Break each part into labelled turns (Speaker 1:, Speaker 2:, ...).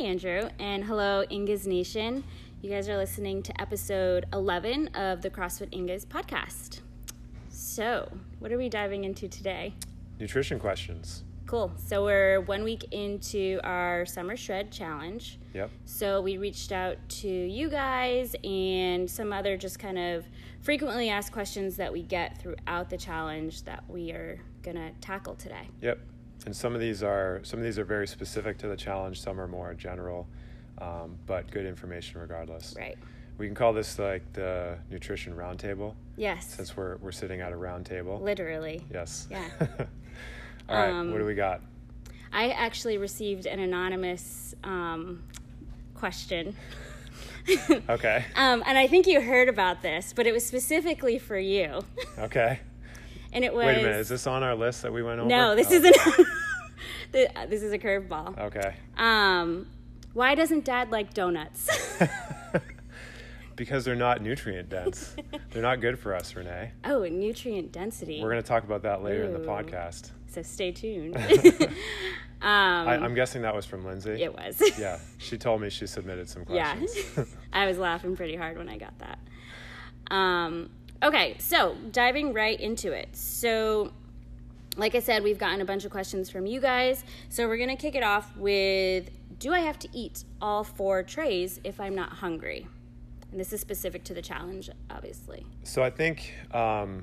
Speaker 1: Andrew, and hello, Ingas Nation. You guys are listening to episode 11 of the CrossFit Ingas podcast. So, what are we diving into today?
Speaker 2: Nutrition questions.
Speaker 1: Cool. So, we're one week into our Summer Shred Challenge.
Speaker 2: Yep.
Speaker 1: So we reached out to you guys and some other just kind of frequently asked questions that we get throughout the challenge that we are going to tackle today.
Speaker 2: Yep. And some of these are some of these are very specific to the challenge. Some are more general, um, but good information regardless.
Speaker 1: Right.
Speaker 2: We can call this like the nutrition roundtable
Speaker 1: Yes.
Speaker 2: since we're we're sitting at a roundtable.
Speaker 1: Literally.
Speaker 2: Yes.
Speaker 1: Yeah.
Speaker 2: All right.
Speaker 1: Um,
Speaker 2: what do we got?
Speaker 1: I actually received an anonymous um, question.
Speaker 2: Okay.
Speaker 1: Um, and I think you heard about this, but it was specifically for you.
Speaker 2: Okay.
Speaker 1: And it was.
Speaker 2: Wait a minute. Is this on our list that we went over?
Speaker 1: No, this
Speaker 2: Oh,
Speaker 1: isn't. Th- this is a curveball.
Speaker 2: Okay.
Speaker 1: Um, why doesn't dad like donuts?
Speaker 2: Because they're not nutrient dense. they're not good for us, Renee.
Speaker 1: oh, and nutrient density.
Speaker 2: We're going to talk about that later in the
Speaker 1: Ooh.
Speaker 2: podcast.
Speaker 1: so stay tuned.
Speaker 2: I, I'm guessing that was from Lindsay.
Speaker 1: it was.
Speaker 2: Yeah, she told me she submitted some
Speaker 1: Yeah.
Speaker 2: questions.
Speaker 1: I was laughing pretty hard when I got that. Um, okay, so diving right into it. So, like I said, we've gotten a bunch of questions from you guys. So, we're going to kick it off with Do I have to eat all four trays if I'm not hungry? And this is specific to the challenge, obviously.
Speaker 2: So I think um,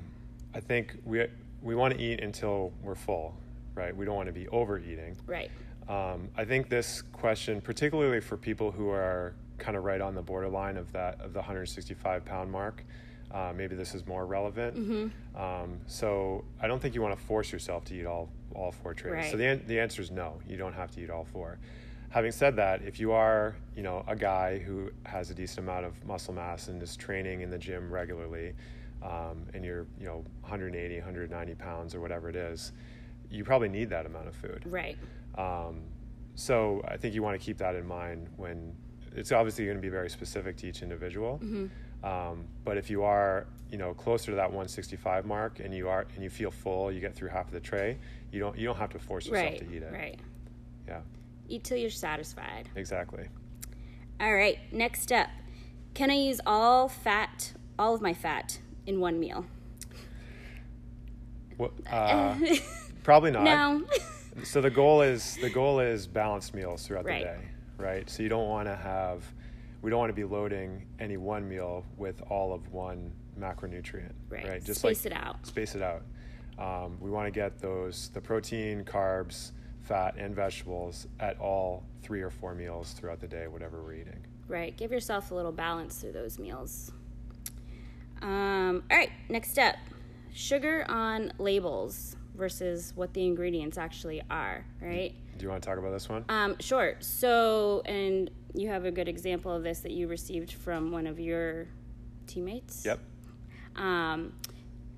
Speaker 2: I think we we want to eat until we're full, right? We don't want to be overeating.
Speaker 1: Right.
Speaker 2: Um, I think this question, particularly for people who are kind of right on the borderline of that of the 165 pound mark, uh, maybe this is more relevant. Um, so I don't think you want to force yourself to eat all all four trays.
Speaker 1: Right.
Speaker 2: So the an- the answer is no. You don't have to eat all four. Having said that, if you are you know a guy who has a decent amount of muscle mass and is training in the gym regularly, um, and you're you know 180, 190 pounds or whatever it is, you probably need that amount of food.
Speaker 1: Right.
Speaker 2: Um, so I think you want to keep that in mind when it's obviously going to be very specific to each individual.
Speaker 1: Mm-hmm.
Speaker 2: Um, but if you are, you know, closer to that 165 mark and you are and you feel full, you get through half of the tray, you don't you don't have to force yourself
Speaker 1: Right.
Speaker 2: to eat it.
Speaker 1: Right.
Speaker 2: Yeah,
Speaker 1: Eat till you're satisfied.
Speaker 2: exactly.
Speaker 1: All right, next up. Can I use all fat, all of my fat, in one meal?
Speaker 2: What, uh, probably not.
Speaker 1: no.
Speaker 2: So the goal is the goal is balanced meals throughout
Speaker 1: Right.
Speaker 2: the day, right? So you don't want to have we don't want to be loading any one meal with all of one macronutrient,
Speaker 1: right.
Speaker 2: right? Just
Speaker 1: Space
Speaker 2: like
Speaker 1: it out.
Speaker 2: space it out. Um, we want to get those the protein, carbs, fat, and vegetables at all three or four meals throughout the day, whatever we're eating.
Speaker 1: Right. Give yourself a little balance through those meals. Um, all right, next up. Sugar on labels versus what the ingredients actually are, right?
Speaker 2: Do you want to talk about this one?
Speaker 1: Um, sure. So, and you have a good example of this that you received from one of your teammates.
Speaker 2: Yep.
Speaker 1: um,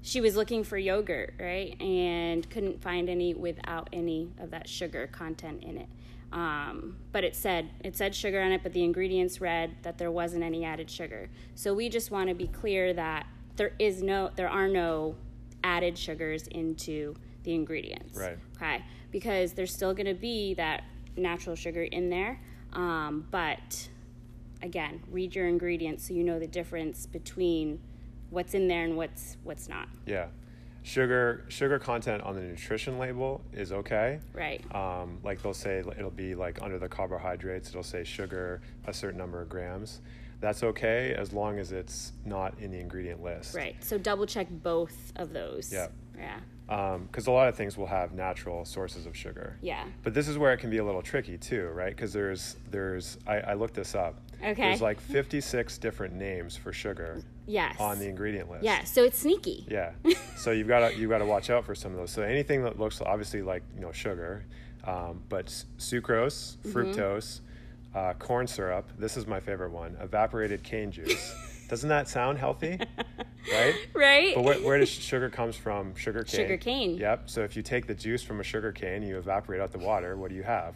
Speaker 1: she was looking for yogurt, right? And couldn't find any without any of that sugar content in it. Um, but it said it said sugar on it, but the ingredients read that there wasn't any added sugar. So we just want to be clear that there is no there are no added sugars into the ingredients.
Speaker 2: Right.
Speaker 1: Okay. Because there's still going to be that natural sugar in there, um, but again, read your ingredients so you know the difference between what's in there and what's what's not.
Speaker 2: Yeah. Sugar sugar content on the nutrition label is okay.
Speaker 1: Right.
Speaker 2: Um, like they'll say it'll be like under the carbohydrates, it'll say sugar a certain number of grams. That's okay as long as it's not in the ingredient list.
Speaker 1: Right. So double check both of those.
Speaker 2: Yeah.
Speaker 1: Yeah.
Speaker 2: Because Um, a lot of things will have natural sources of sugar.
Speaker 1: Yeah.
Speaker 2: But this is where it can be a little tricky too, right? Because there's there's I, I looked this up.
Speaker 1: Okay.
Speaker 2: There's like 56 different names for sugar
Speaker 1: Yes.
Speaker 2: on the ingredient list.
Speaker 1: yeah. So it's sneaky.
Speaker 2: Yeah. So you've got to you got to watch out for some of those. So anything that looks obviously like you know sugar, um, but s- sucrose,
Speaker 1: Mm-hmm.
Speaker 2: fructose, uh, corn syrup. This is my favorite one. Evaporated cane juice. Doesn't that sound healthy? right.
Speaker 1: Right.
Speaker 2: But where, where does sugar comes from? Sugar cane.
Speaker 1: Sugar cane.
Speaker 2: Yep. So if you take the juice from a sugar cane, you evaporate out the water. What do you have?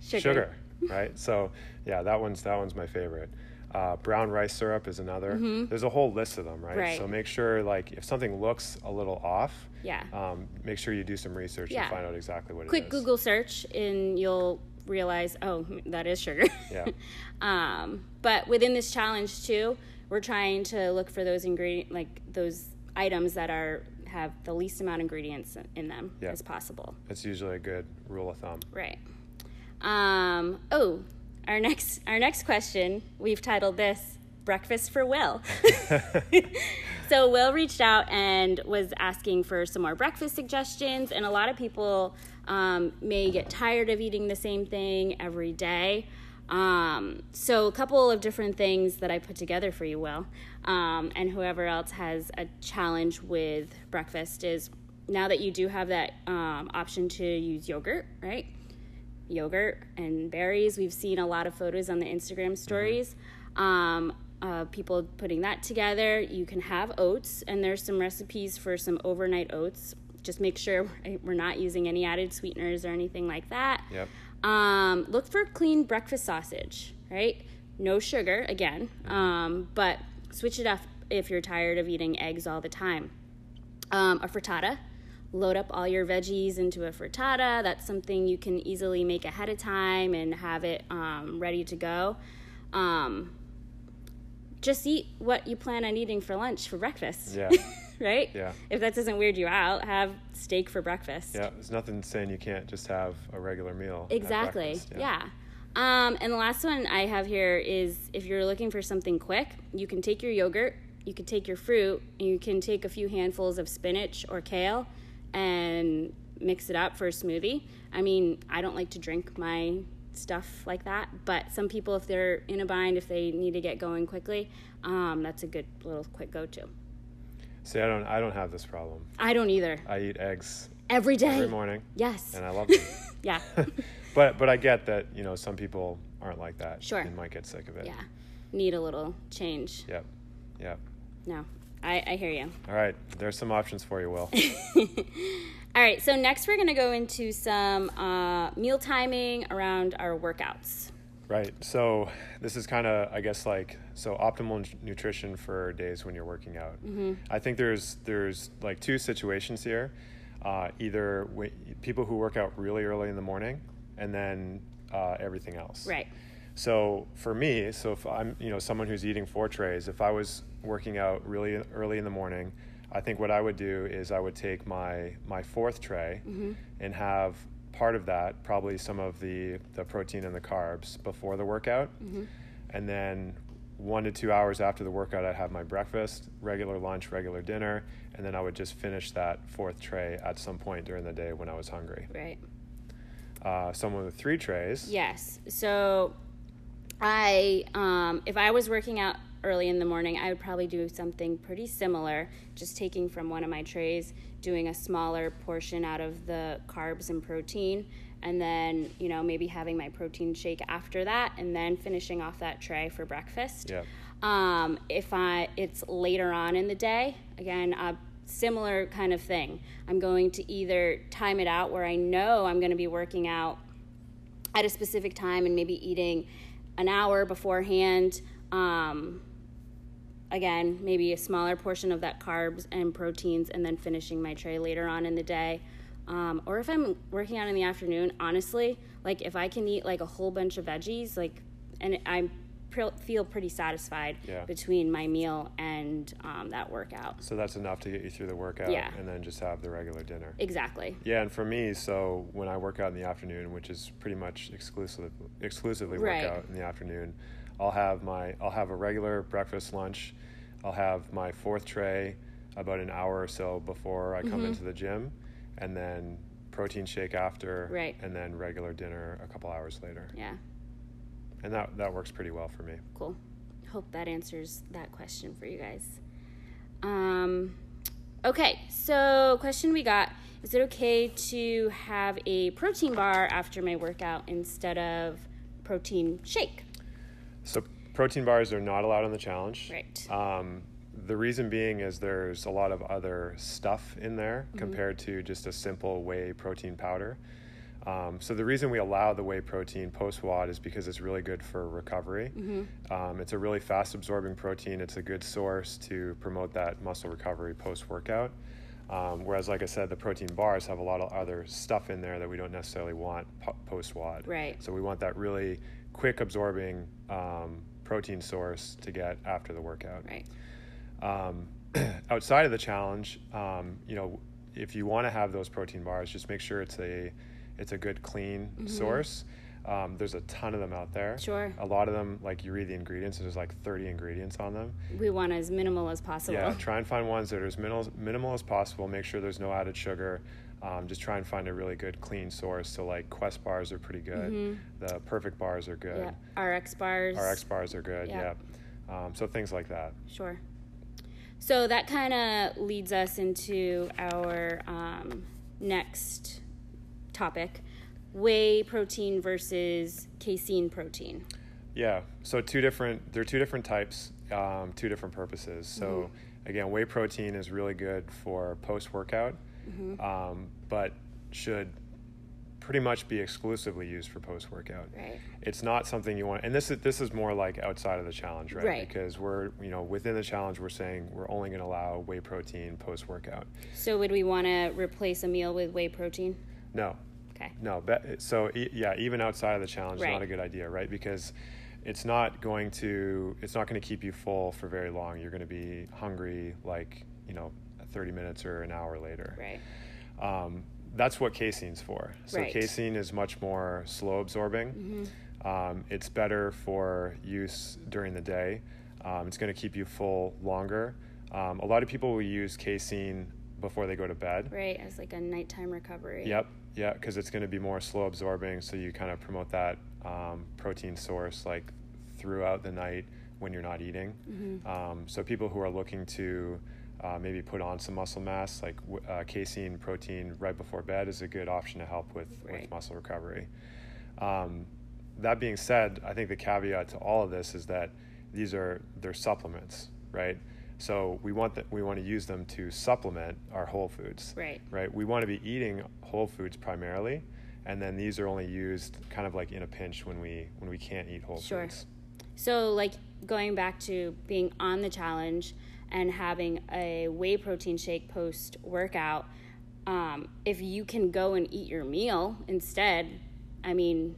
Speaker 1: sugar.
Speaker 2: right? So yeah, that one's that one's my favorite. Uh, brown rice syrup is another. There's a whole list of them, right?
Speaker 1: Mm-hmm. Right.
Speaker 2: So make sure like if something looks a little off,
Speaker 1: Yeah.
Speaker 2: um, make sure you do some research
Speaker 1: Yeah.
Speaker 2: and find out exactly what
Speaker 1: Quick
Speaker 2: it is.
Speaker 1: Google search and you'll realize, oh, that is sugar.
Speaker 2: Yeah.
Speaker 1: um, but within this challenge too, we're trying to look for those ingredient, like those items that are have the least amount of ingredients in them
Speaker 2: Yeah.
Speaker 1: as possible.
Speaker 2: That's usually a good rule of thumb.
Speaker 1: Right. Um, oh, our next our next question we've titled this "Breakfast for Will." so Will reached out and was asking for some more breakfast suggestions, and a lot of people um, may get tired of eating the same thing every day. Um, so a couple of different things that I put together for you, Will, um, and whoever else has a challenge with breakfast is now that you do have that um, option to use yogurt, right? yogurt and berries. We've seen a lot of photos on the Instagram stories. Um, uh, people putting that together. You can have oats, and there's some recipes for some overnight oats. Just make sure we're not using any added sweeteners or anything like that.
Speaker 2: Yep.
Speaker 1: Um, look for clean breakfast sausage, right? No sugar, again, um, but switch it up if you're tired of eating eggs all the time. Um, a frittata, load up all your veggies into a frittata. That's something you can easily make ahead of time and have it um, ready to go. Um, just eat what you plan on eating for lunch for breakfast,
Speaker 2: Yeah.
Speaker 1: right?
Speaker 2: Yeah.
Speaker 1: If that doesn't weird you out, have steak for breakfast.
Speaker 2: yeah. There's nothing saying you can't just have a regular meal. at
Speaker 1: Exactly.
Speaker 2: breakfast,
Speaker 1: Yeah. Um, and the last one I have here is if you're looking for something quick, you can take your yogurt, you can take your fruit, and you can take a few handfuls of spinach or kale and mix it up for a smoothie. I mean, I don't like to drink my stuff like that, but some people, if they're in a bind, if they need to get going quickly, um, that's a good little quick go to.
Speaker 2: See, I don't. I don't have this problem.
Speaker 1: I don't either.
Speaker 2: I eat eggs
Speaker 1: Every day.
Speaker 2: every morning,
Speaker 1: Yes.
Speaker 2: and I love them.
Speaker 1: Yeah.
Speaker 2: but but I get that you know some people aren't like that.
Speaker 1: Sure.
Speaker 2: And might get sick of it.
Speaker 1: yeah. Need a little change.
Speaker 2: Yep. Yep.
Speaker 1: No, I, I hear you.
Speaker 2: All right. There's some options for you, Will.
Speaker 1: All right, so next we're gonna go into some uh, meal timing around our workouts.
Speaker 2: Right. So this is kind of, I guess, like so optimal n- nutrition for days when you're working out. I think there's there's like two situations here. Uh, either w- people who work out really early in the morning, and then uh, everything else.
Speaker 1: Right.
Speaker 2: So for me, so if I'm you know someone who's eating four trays, if I was working out really early in the morning, I think what I would do is I would take my my fourth tray and have part of that, probably some of the the protein and the carbs before the workout, and then one to two hours after the workout, I'd have my breakfast, regular lunch, regular dinner, and then I would just finish that fourth tray at some point during the day when I was hungry.
Speaker 1: Right.
Speaker 2: Uh, someone with three trays,
Speaker 1: Yes. So, I um, if I was working out early in the morning, I would probably do something pretty similar, just taking from one of my trays, doing a smaller portion out of the carbs and protein, and then you know maybe having my protein shake after that, and then finishing off that tray for breakfast.
Speaker 2: yeah,
Speaker 1: Um, if I it's later on in the day, again, a similar kind of thing. I'm going to either time it out where I know I'm going to be working out at a specific time and maybe eating an hour beforehand. Um, again, maybe a smaller portion of that carbs and proteins, and then finishing my tray later on in the day. Um, or if I'm working out in the afternoon, honestly, like if I can eat like a whole bunch of veggies, like, and I pr- feel pretty satisfied
Speaker 2: Yeah.
Speaker 1: between my meal and um, that workout.
Speaker 2: So that's enough to get you through the workout
Speaker 1: Yeah.
Speaker 2: and then just have the regular dinner.
Speaker 1: Exactly.
Speaker 2: Yeah, and for me, so when I work out in the afternoon, which is pretty much exclusive, exclusively
Speaker 1: Right.
Speaker 2: workout in the afternoon, I'll have my I'll have a regular breakfast lunch. I'll have my fourth tray about an hour or so before I come
Speaker 1: Mm-hmm.
Speaker 2: into the gym and then protein shake after
Speaker 1: Right.
Speaker 2: and then regular dinner a couple hours later.
Speaker 1: Yeah.
Speaker 2: And that that works pretty well for me.
Speaker 1: Cool. Hope that answers that question for you guys. Um, okay, so question we got is it okay to have a protein bar after my workout instead of protein shake?
Speaker 2: So protein bars are not allowed on the challenge.
Speaker 1: Right.
Speaker 2: Um, the reason being is there's a lot of other stuff in there compared to just a simple whey protein powder. Um, so the reason we allow the whey protein post wad is because it's really good for recovery. Um, it's a really fast absorbing protein. It's a good source to promote that muscle recovery post workout. Um, whereas, like I said, the protein bars have a lot of other stuff in there that we don't necessarily want po- post wad.
Speaker 1: Right.
Speaker 2: So we want that really quick absorbing um, protein source to get after the workout.
Speaker 1: Right.
Speaker 2: Um, outside of the challenge, um, you know, if you want to have those protein bars, just make sure it's a it's a good clean source. Um, there's a ton of them out there.
Speaker 1: Mm-hmm. Sure.
Speaker 2: A lot of them, like you read the ingredients, and there's like 30 ingredients on them.
Speaker 1: We want as minimal as possible.
Speaker 2: Yeah, try and find ones that are as minimal, minimal as possible. Make sure there's no added sugar. Um, just try and find a really good clean source. So like Quest bars are pretty good. The Perfect bars are good.
Speaker 1: Mm-hmm. Yeah. RX bars.
Speaker 2: RX bars are good.
Speaker 1: Yeah.
Speaker 2: Yeah. Um, so things like that.
Speaker 1: Sure. So that kind of leads us into our um, next topic whey protein versus casein protein.
Speaker 2: Yeah. So two different. They're two different types. Um, two different purposes. So again, whey protein is really good for post workout, um, but should pretty much be exclusively used for post workout.
Speaker 1: Right.
Speaker 2: It's not something you want, and this is this is more like outside of the challenge, right?
Speaker 1: Right.
Speaker 2: Because we're you know within the challenge, we're saying we're only going to allow whey protein post workout.
Speaker 1: So would we want to replace a meal with whey protein?
Speaker 2: No,
Speaker 1: Okay.
Speaker 2: No, but so e- yeah, even outside of the challenge, is
Speaker 1: Right.
Speaker 2: not a good idea, right? Because it's not going to it's not going to keep you full for very long. You're going to be hungry, like you know, 30 minutes or an hour later.
Speaker 1: Right.
Speaker 2: Um, that's what casein's for. So
Speaker 1: Right. Mm-hmm.
Speaker 2: casein is much more slow absorbing. Um, it's better for use during the day. Um, it's going to keep you full longer. Um, a lot of people will use casein before they go to bed.
Speaker 1: Right. As like a nighttime recovery.
Speaker 2: Yep. Yeah, because it's going to be more slow absorbing, so you kind of promote that um, protein source like throughout the night when you're not eating. Um, so people who are looking to uh, maybe put on some muscle mass, like w- uh, casein protein right before bed, is a good option to help with
Speaker 1: Right.
Speaker 2: with muscle recovery. Um, that being said, I think the caveat to all of this is that these are they're supplements, right? So we want that we want to use them to supplement our whole foods
Speaker 1: Right.
Speaker 2: right? We want to be eating whole foods primarily, and then these are only used kind of like in a pinch when we when we can't eat whole
Speaker 1: Sure.
Speaker 2: foods.
Speaker 1: So, like going back to being on the challenge and having a whey protein shake post workout, um, if you can go and eat your meal instead, I mean,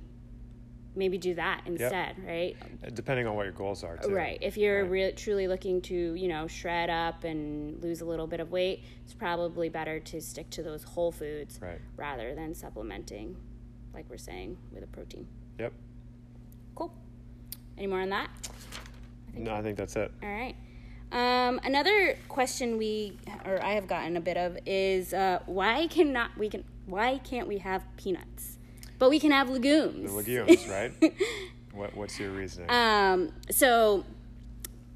Speaker 1: maybe do that instead, right?
Speaker 2: Uh, Depending on what your goals are, too.
Speaker 1: Right. If you're
Speaker 2: Right.
Speaker 1: real truly looking to, you know, shred up and lose a little bit of weight, it's probably better to stick to those whole foods
Speaker 2: Right.
Speaker 1: rather than supplementing, like we're saying, with a protein.
Speaker 2: Yep.
Speaker 1: Cool. Any more on that?
Speaker 2: No, I think that's it.
Speaker 1: All right. Um, another question we or I have gotten a bit of is uh, why cannot we can why can't we have peanuts, but we can have legumes.
Speaker 2: The legumes, right? What, what's your reasoning?
Speaker 1: Um, so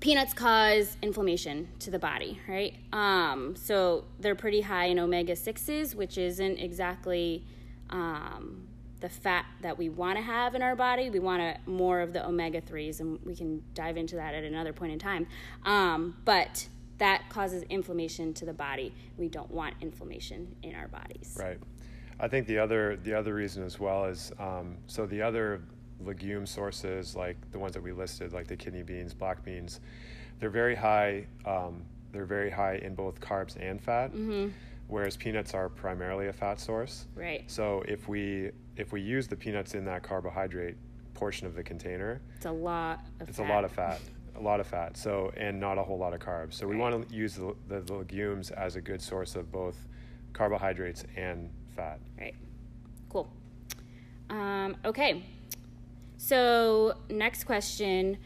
Speaker 1: peanuts cause inflammation to the body, right? Um, so they're pretty high in omega sixes, which isn't exactly um, the fat that we want to have in our body. We want a, more of the omega threes, and we can dive into that at another point in time. Um, but that causes inflammation to the body. We don't want inflammation in our bodies.
Speaker 2: Right. I think the other the other reason as well is um, so the other legume sources like the ones that we listed, like the kidney beans, black beans, they're very high. Um, they're very high in both carbs and fat,
Speaker 1: Mm-hmm.
Speaker 2: whereas peanuts are primarily a fat source.
Speaker 1: Right.
Speaker 2: So if we if we use the peanuts in that carbohydrate portion of the container,
Speaker 1: It's a lot of
Speaker 2: it's
Speaker 1: fat.
Speaker 2: a lot of fat, a lot of fat. So and not a whole lot of carbs. So we
Speaker 1: Right.
Speaker 2: want to use the, the legumes as a good source of both carbohydrates and fat.
Speaker 1: Right. Cool. Um, okay. So, next question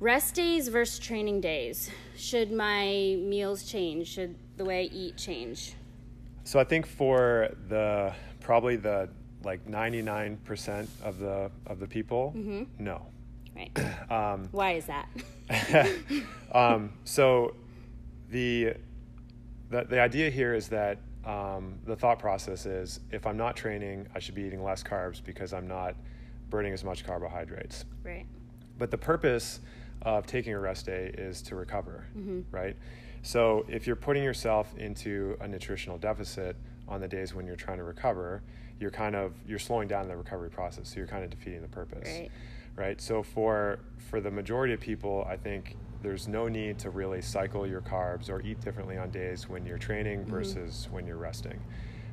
Speaker 1: rest days versus training days. Should my meals change? Should the way I eat change?
Speaker 2: So I think for the probably the like 99% of the of the people, no.
Speaker 1: Right. Why is that?
Speaker 2: Um, so the, the the idea here is that um, the thought process is if I'm not training, I should be eating less carbs because I'm not burning as much carbohydrates.
Speaker 1: Right.
Speaker 2: But the purpose of taking a rest day is to recover, right? So if you're putting yourself into a nutritional deficit on the days when you're trying to recover, you're kind of you're slowing down the recovery process. So you're kind of defeating the purpose
Speaker 1: Right.
Speaker 2: right so for for the majority of people i think there's no need to really cycle your carbs or eat differently on days when you're training versus when you're resting.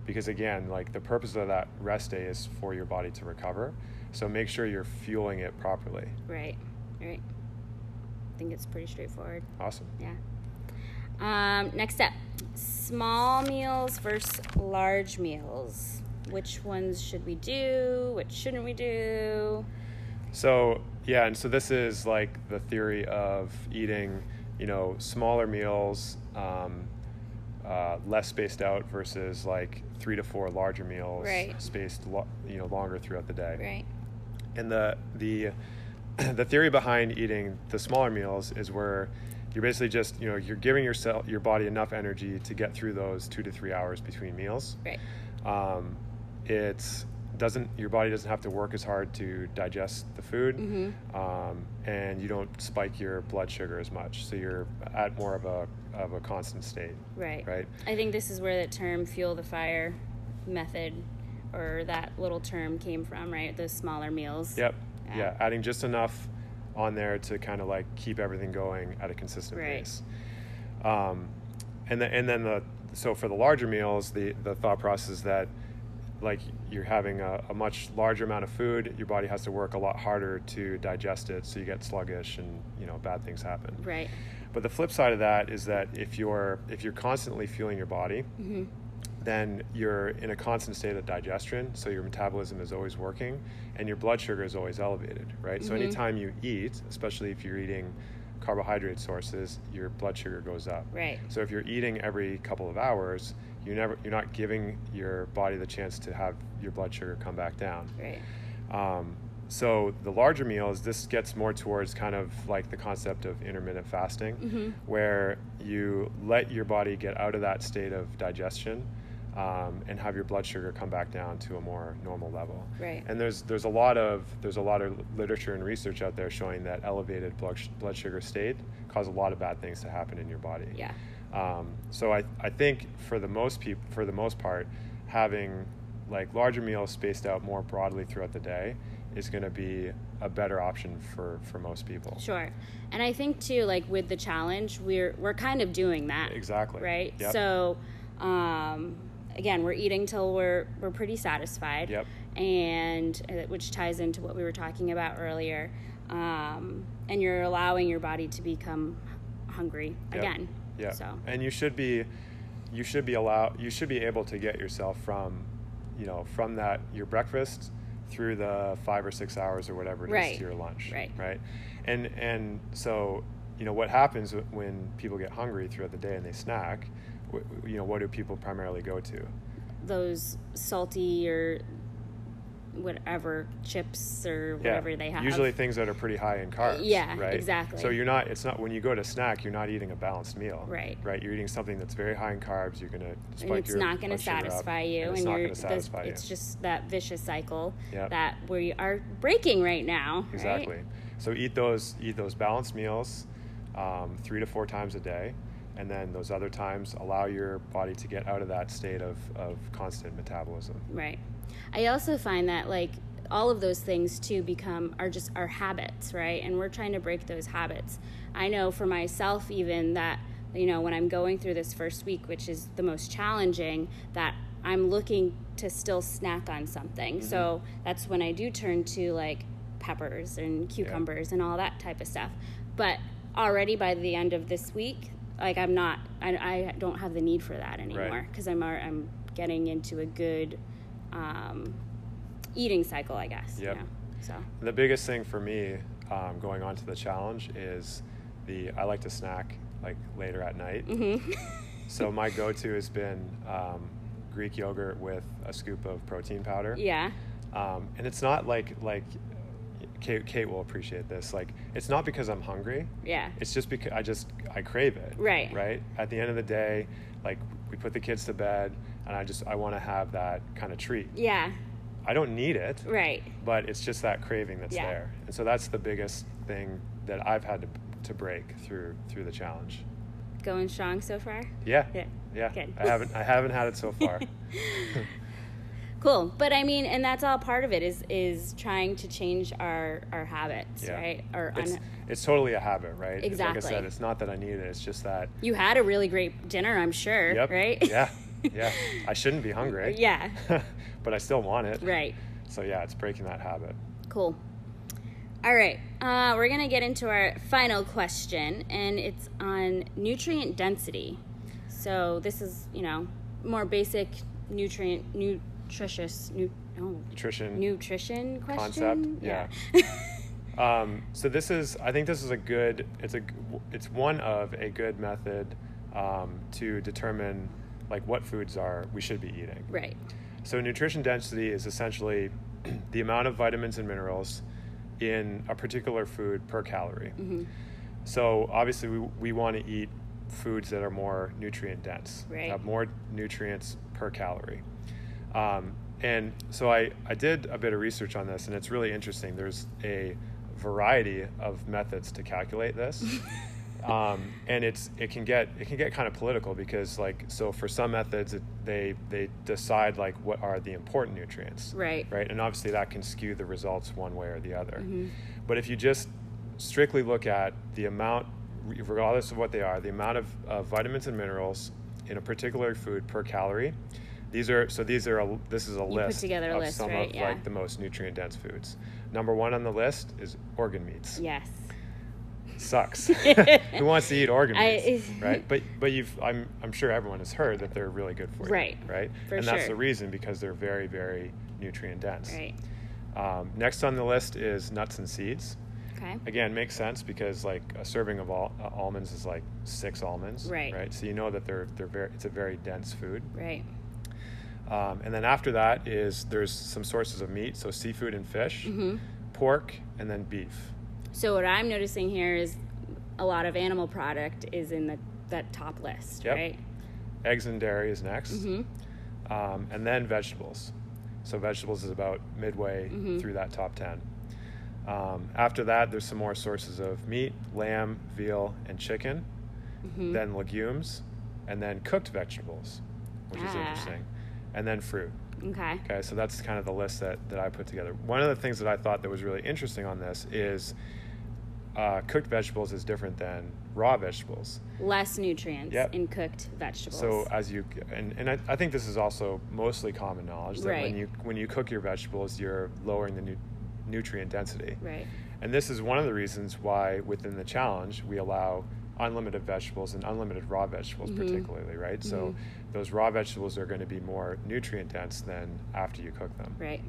Speaker 2: Because again, like the purpose of that rest day is for your body to recover. So make sure you're fueling it properly.
Speaker 1: Right, right. I think it's pretty straightforward.
Speaker 2: Awesome.
Speaker 1: Yeah. Um, next up, small meals versus large meals. Which ones should we do? Which shouldn't we do?
Speaker 2: So yeah, and so this is like the theory of eating, you know, smaller meals, um, uh, less spaced out versus like three to four larger meals,
Speaker 1: Right.
Speaker 2: spaced lo- you know longer throughout the day.
Speaker 1: Right.
Speaker 2: And the the the theory behind eating the smaller meals is where you're basically just you know you're giving yourself your body enough energy to get through those two to three hours between meals
Speaker 1: Right.
Speaker 2: um, it doesn't your body doesn't have to work as hard to digest the food um, and you don't spike your blood sugar as much so you're at more of a of a constant state
Speaker 1: Right.
Speaker 2: right
Speaker 1: I think this is where the term fuel the fire method or that little term came from, right? Those smaller meals.
Speaker 2: yep
Speaker 1: Yeah.
Speaker 2: yeah, adding just enough on there to kind of like keep everything going at a consistent
Speaker 1: Right.
Speaker 2: pace um, and then and then the so for the larger meals the the thought process is that like you're having a, a much larger amount of food your body has to work a lot harder to digest it so you get sluggish and you know bad things happen
Speaker 1: Right.
Speaker 2: but the flip side of that is that if you're if you're constantly fueling your body then you're in a constant state of digestion so your metabolism is always working and your blood sugar is always elevated right so anytime you eat especially if you're eating carbohydrate sources your blood sugar goes up
Speaker 1: Right.
Speaker 2: so if you're eating every couple of hours, you never you're not giving your body the chance to have your blood sugar come back down.
Speaker 1: Right.
Speaker 2: Um, so the larger meals, this gets more towards kind of like the concept of intermittent fasting,
Speaker 1: Mm-hmm.
Speaker 2: where you let your body get out of that state of digestion um, and have your blood sugar come back down to a more normal level.
Speaker 1: Right.
Speaker 2: And there's there's a lot of there's a lot of literature and research out there showing that elevated blood sh- blood sugar state cause a lot of bad things to happen in your body.
Speaker 1: Yeah.
Speaker 2: Um, so I, I think for the most people, for the most part, having like larger meals spaced out more broadly throughout the day is going to be a better option for, for most people.
Speaker 1: Sure. And I think too, like with the challenge, we're we're kind of doing that.
Speaker 2: Exactly.
Speaker 1: Right?
Speaker 2: Yep.
Speaker 1: So um again, we're eating till we're we're pretty satisfied.
Speaker 2: Yep.
Speaker 1: And uh, which ties into what we were talking about earlier. Um and you're allowing your body to become hungry
Speaker 2: Yep.
Speaker 1: again.
Speaker 2: Yeah.
Speaker 1: So
Speaker 2: And you should be, you should be allow, you should be able to get yourself from, you know, from that your breakfast through the five or six hours or whatever it is
Speaker 1: Right.
Speaker 2: to your lunch.
Speaker 1: Right.
Speaker 2: Right. And and so you know what happens wh- when people get hungry throughout the day and they snack. wh- You know what do people primarily go to?
Speaker 1: those salty or whatever chips or whatever they have.
Speaker 2: Usually things that are pretty high in carbs.
Speaker 1: yeah,
Speaker 2: right?
Speaker 1: exactly.
Speaker 2: So you're not. It's not when you go to snack, you're not eating a balanced meal.
Speaker 1: Right.
Speaker 2: Right. You're eating something that's very high in carbs. You're gonna spike
Speaker 1: and it's
Speaker 2: your
Speaker 1: not going to
Speaker 2: blood sugar up,
Speaker 1: satisfy you,
Speaker 2: and it's not
Speaker 1: you're
Speaker 2: gonna
Speaker 1: this-
Speaker 2: satisfy you.
Speaker 1: it's just that vicious cycle
Speaker 2: Yep.
Speaker 1: that we are breaking right now. right?
Speaker 2: Exactly. So eat those eat those balanced meals um, three to four times a day, and then those other times allow your body to get out of that state of, of constant metabolism.
Speaker 1: Right. I also find that like all of those things too become are just our habits, right? And we're trying to break those habits. I know for myself even that you know when I'm going through this first week, which is the most challenging, that I'm looking to still snack on something. So that's when I do turn to like peppers and cucumbers and all that type of stuff. But already by the end of this week, like I'm not, I, I don't have the need for that anymore because I'm alre- I'm getting into a good um, eating cycle, I guess.
Speaker 2: Yep.
Speaker 1: You know? So
Speaker 2: The biggest thing for me um, going on to the challenge is the I like to snack like later at night.
Speaker 1: Mm-hmm.
Speaker 2: so my go-to has been um, Greek yogurt with a scoop of protein powder.
Speaker 1: yeah,
Speaker 2: um, and it's not like like Kate, Kate will appreciate this. Like it's not because I'm hungry.
Speaker 1: yeah,
Speaker 2: It's just because I just I crave it.
Speaker 1: Right.
Speaker 2: Right. At the end of the day, like we put the kids to bed, and I just I want to have that kind of treat.
Speaker 1: yeah,
Speaker 2: I don't need it,
Speaker 1: right,
Speaker 2: but it's just that craving that's
Speaker 1: Yeah.
Speaker 2: there, and so that's the biggest thing that I've had to to break through through the challenge.
Speaker 1: going strong so far.
Speaker 2: Yeah.
Speaker 1: Yeah.
Speaker 2: Yeah.
Speaker 1: Good.
Speaker 2: I haven't I haven't had it so far.
Speaker 1: cool but i mean and that's all part of it is is trying to change our our habits
Speaker 2: Yeah.
Speaker 1: right or
Speaker 2: It's,
Speaker 1: un-
Speaker 2: it's totally a habit, right? It's Like I
Speaker 1: Exactly.
Speaker 2: said, it's not that I need it. It's just that.
Speaker 1: you had a really great dinner i'm sure
Speaker 2: Yep.
Speaker 1: right
Speaker 2: Yeah. Yeah. I shouldn't be hungry.
Speaker 1: yeah
Speaker 2: but I still want it.
Speaker 1: right
Speaker 2: So yeah, it's breaking that habit.
Speaker 1: Cool. All right, uh, we're gonna get into our final question, and it's on nutrient density. So this is, you know, more basic nutrient, nutritious, nu- oh,
Speaker 2: Nutrition.
Speaker 1: nutrition question.
Speaker 2: Concept, yeah. Um, so this is, I think this is a good, it's a, it's one of a good method um, to determine like what foods are we should be eating.
Speaker 1: right.
Speaker 2: So nutrition density is essentially the amount of vitamins and minerals in a particular food per calorie. So obviously we, we want to eat foods that are more nutrient dense,
Speaker 1: Right.
Speaker 2: have more nutrients per calorie. Um, and so I, I did a bit of research on this and it's really interesting. There's a variety of methods to calculate this. um, and it's it can get it can get kind of political because like so for some methods it, they they decide like what are the important nutrients
Speaker 1: Right.
Speaker 2: right and obviously that can skew the results one way or the other
Speaker 1: Mm-hmm.
Speaker 2: but if you just strictly look at the amount regardless of what they are the amount of uh, vitamins and minerals in a particular food per calorie these are so these are a, this is a
Speaker 1: put
Speaker 2: list
Speaker 1: together a
Speaker 2: of
Speaker 1: list,
Speaker 2: some
Speaker 1: right?
Speaker 2: of
Speaker 1: Yeah.
Speaker 2: like the most nutrient dense foods number one on the list is organ meats
Speaker 1: Yes.
Speaker 2: sucks. Who wants to eat organ
Speaker 1: I-
Speaker 2: meats, right? But but you've I'm I'm sure everyone has heard that they're really good for you,
Speaker 1: Right.
Speaker 2: Right,
Speaker 1: For
Speaker 2: and that's
Speaker 1: sure.
Speaker 2: the reason because they're very very nutrient dense.
Speaker 1: Right.
Speaker 2: Um, next on the list is nuts and seeds.
Speaker 1: Okay.
Speaker 2: Again, makes sense because like a serving of all, uh, almonds is like six almonds,
Speaker 1: Right.
Speaker 2: Right, so you know that they're they're very it's a very dense food.
Speaker 1: Right.
Speaker 2: Um, and then after that is there's some sources of meat, so seafood and fish,
Speaker 1: Mm-hmm.
Speaker 2: pork, and then beef.
Speaker 1: So what I'm noticing here is a lot of animal product is in the that top list,
Speaker 2: Yep.
Speaker 1: right?
Speaker 2: Eggs and dairy is
Speaker 1: Mm-hmm.
Speaker 2: next, um, and then vegetables. So vegetables is about midway through that top ten. Um, after that, there's some more sources of meat: lamb, veal, and chicken. Then legumes, and then cooked vegetables, which is
Speaker 1: Ah.
Speaker 2: interesting, and then fruit.
Speaker 1: Okay.
Speaker 2: Okay, so that's kind of the list that, that I put together. One of the things that I thought that was really interesting on this is uh, cooked vegetables is different than raw vegetables.
Speaker 1: Less nutrients
Speaker 2: Yep.
Speaker 1: in cooked vegetables.
Speaker 2: So as you and, and I, I think this is also mostly common knowledge that
Speaker 1: Right.
Speaker 2: when you when you cook your vegetables, you're lowering the nu- nutrient density.
Speaker 1: right.
Speaker 2: And this is one of the reasons why within the challenge we allow unlimited vegetables and unlimited raw vegetables
Speaker 1: Mm-hmm.
Speaker 2: particularly, right? So those raw vegetables are going to be more nutrient dense than after you cook them.
Speaker 1: Right.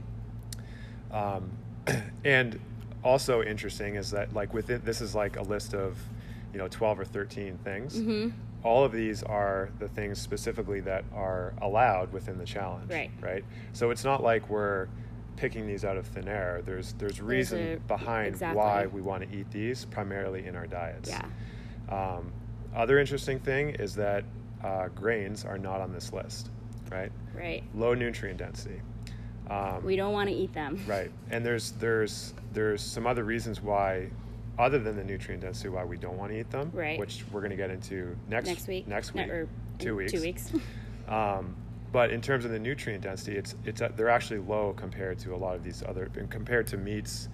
Speaker 2: Um, and also interesting is that like with it, this is like a list of, you know, 12 or 13
Speaker 1: Mm-hmm.
Speaker 2: things. All of these are the things specifically that are allowed within the challenge.
Speaker 1: Right.
Speaker 2: Right. So it's not like we're picking these out of thin air. There's, there's reason
Speaker 1: a-
Speaker 2: behind
Speaker 1: exactly.
Speaker 2: why we want to eat these primarily in our diets.
Speaker 1: Yeah.
Speaker 2: Um, other interesting thing is that uh, grains are not on this list, right?
Speaker 1: Right.
Speaker 2: Low nutrient density. Um,
Speaker 1: We don't want to eat them.
Speaker 2: Right, and there's there's there's some other reasons why, other than the nutrient density, why we don't want to eat them.
Speaker 1: Right.
Speaker 2: Which we're going to get into next
Speaker 1: Next week.
Speaker 2: Next
Speaker 1: No,
Speaker 2: week.
Speaker 1: or
Speaker 2: two weeks.
Speaker 1: Two weeks.
Speaker 2: Um, but in terms of the nutrient density, it's it's uh, they're actually low compared to a lot of these other and compared to meats,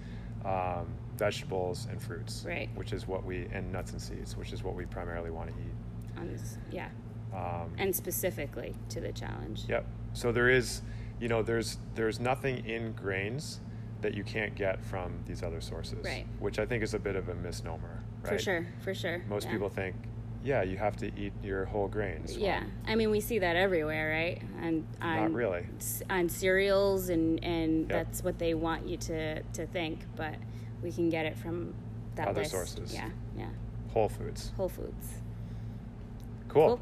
Speaker 2: um, vegetables, and fruits.
Speaker 1: Right.
Speaker 2: Which is what we and nuts and seeds, which is what we primarily want to eat.
Speaker 1: On this, yeah.
Speaker 2: Um,
Speaker 1: And specifically to the challenge.
Speaker 2: Yep. So there is, you know, there's there's nothing in grains that you can't get from these other sources,
Speaker 1: Right.
Speaker 2: which I think is a bit of a misnomer. Right?
Speaker 1: For sure. For sure.
Speaker 2: Most
Speaker 1: yeah.
Speaker 2: people think, yeah, you have to eat your whole grains. Well,
Speaker 1: Yeah. I mean, we see that everywhere, right? And on,
Speaker 2: Not really.
Speaker 1: s- On cereals, and,
Speaker 2: Yep.
Speaker 1: and that's what they want you to, to think, but we can get it from that
Speaker 2: Other
Speaker 1: list.
Speaker 2: sources.
Speaker 1: Yeah. Yeah.
Speaker 2: Whole foods.
Speaker 1: Whole Foods.
Speaker 2: Cool.
Speaker 1: Cool.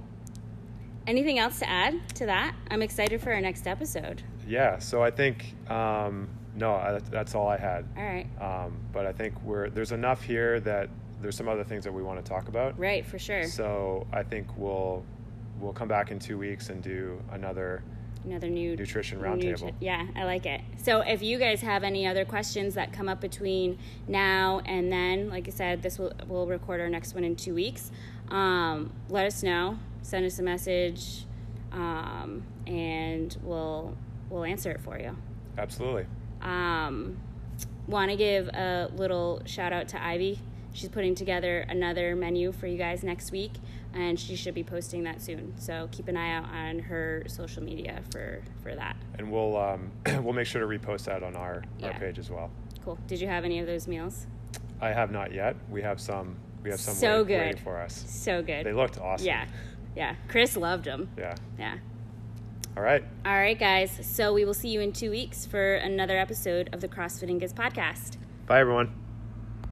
Speaker 1: Anything else to add to that? I'm excited for our next episode.
Speaker 2: Yeah. So I think um, no, I, that's all I had.
Speaker 1: All right.
Speaker 2: Um, but I think we're there's enough here that there's some other things that we want to talk about.
Speaker 1: Right, for sure.
Speaker 2: So I think we'll we'll come back in two weeks and do another
Speaker 1: another new
Speaker 2: Nutrition
Speaker 1: new
Speaker 2: roundtable.
Speaker 1: nutri- yeah, I like it. So if you guys have any other questions that come up between now and then, like I said, this will we'll record our next one in two weeks. Um, let us know. Send us a message, um, and we'll will answer it for you.
Speaker 2: Absolutely.
Speaker 1: Um, Want to give a little shout out to Ivy. She's putting together another menu for you guys next week, and she should be posting that soon. So keep an eye out on her social media for for that.
Speaker 2: And we'll um, we'll make sure to repost that on our, our
Speaker 1: Yeah.
Speaker 2: page as well.
Speaker 1: Cool. Did you have any of those meals?
Speaker 2: I have not yet. We have some we have some
Speaker 1: So
Speaker 2: waiting, waiting
Speaker 1: good.
Speaker 2: for us.
Speaker 1: So good.
Speaker 2: They looked awesome.
Speaker 1: yeah, yeah. Chris loved them.
Speaker 2: Yeah.
Speaker 1: Yeah.
Speaker 2: All right.
Speaker 1: All right, guys. So we will see you in two weeks for another episode of the CrossFit and Giz podcast.
Speaker 2: Bye everyone.